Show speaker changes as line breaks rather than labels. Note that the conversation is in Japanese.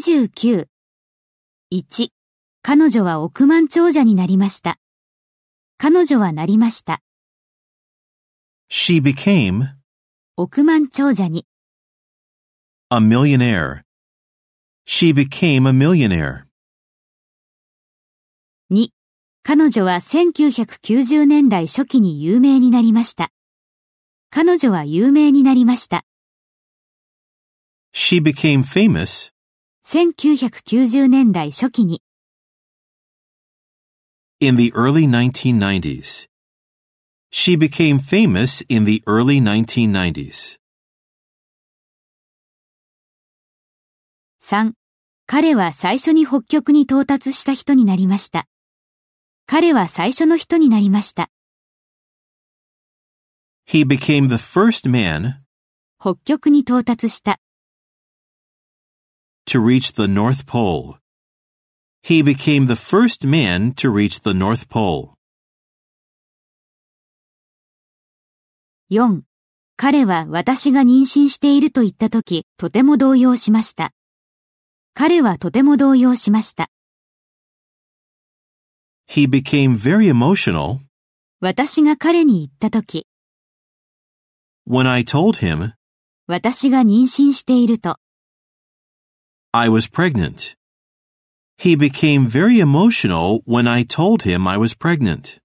29.1. 彼女は億万長者になりました。彼女はなりました。
She became
億万長者に。
a millionaire. She became a millionaire.
2. 彼女は1990年代初期に有名になりました。彼女は有名になりました。
She became famous.
1990年代初期に。
in the early 1990s. She became famous in the early 1990s.
3. 彼は最初に北極に到達した人になりました。彼は最初の人になりました。
He became the first man
北極に到達した。
to reach the North Pole. He became the first man to reach the North Pole.
4. 彼は私が妊娠していると言ったとき、とても動揺しました。彼はとても動揺しました。
He became very emotional
私が彼に言ったとき、
when I told him
私が妊娠していると、
I was pregnant. He became very emotional when I told him I was pregnant.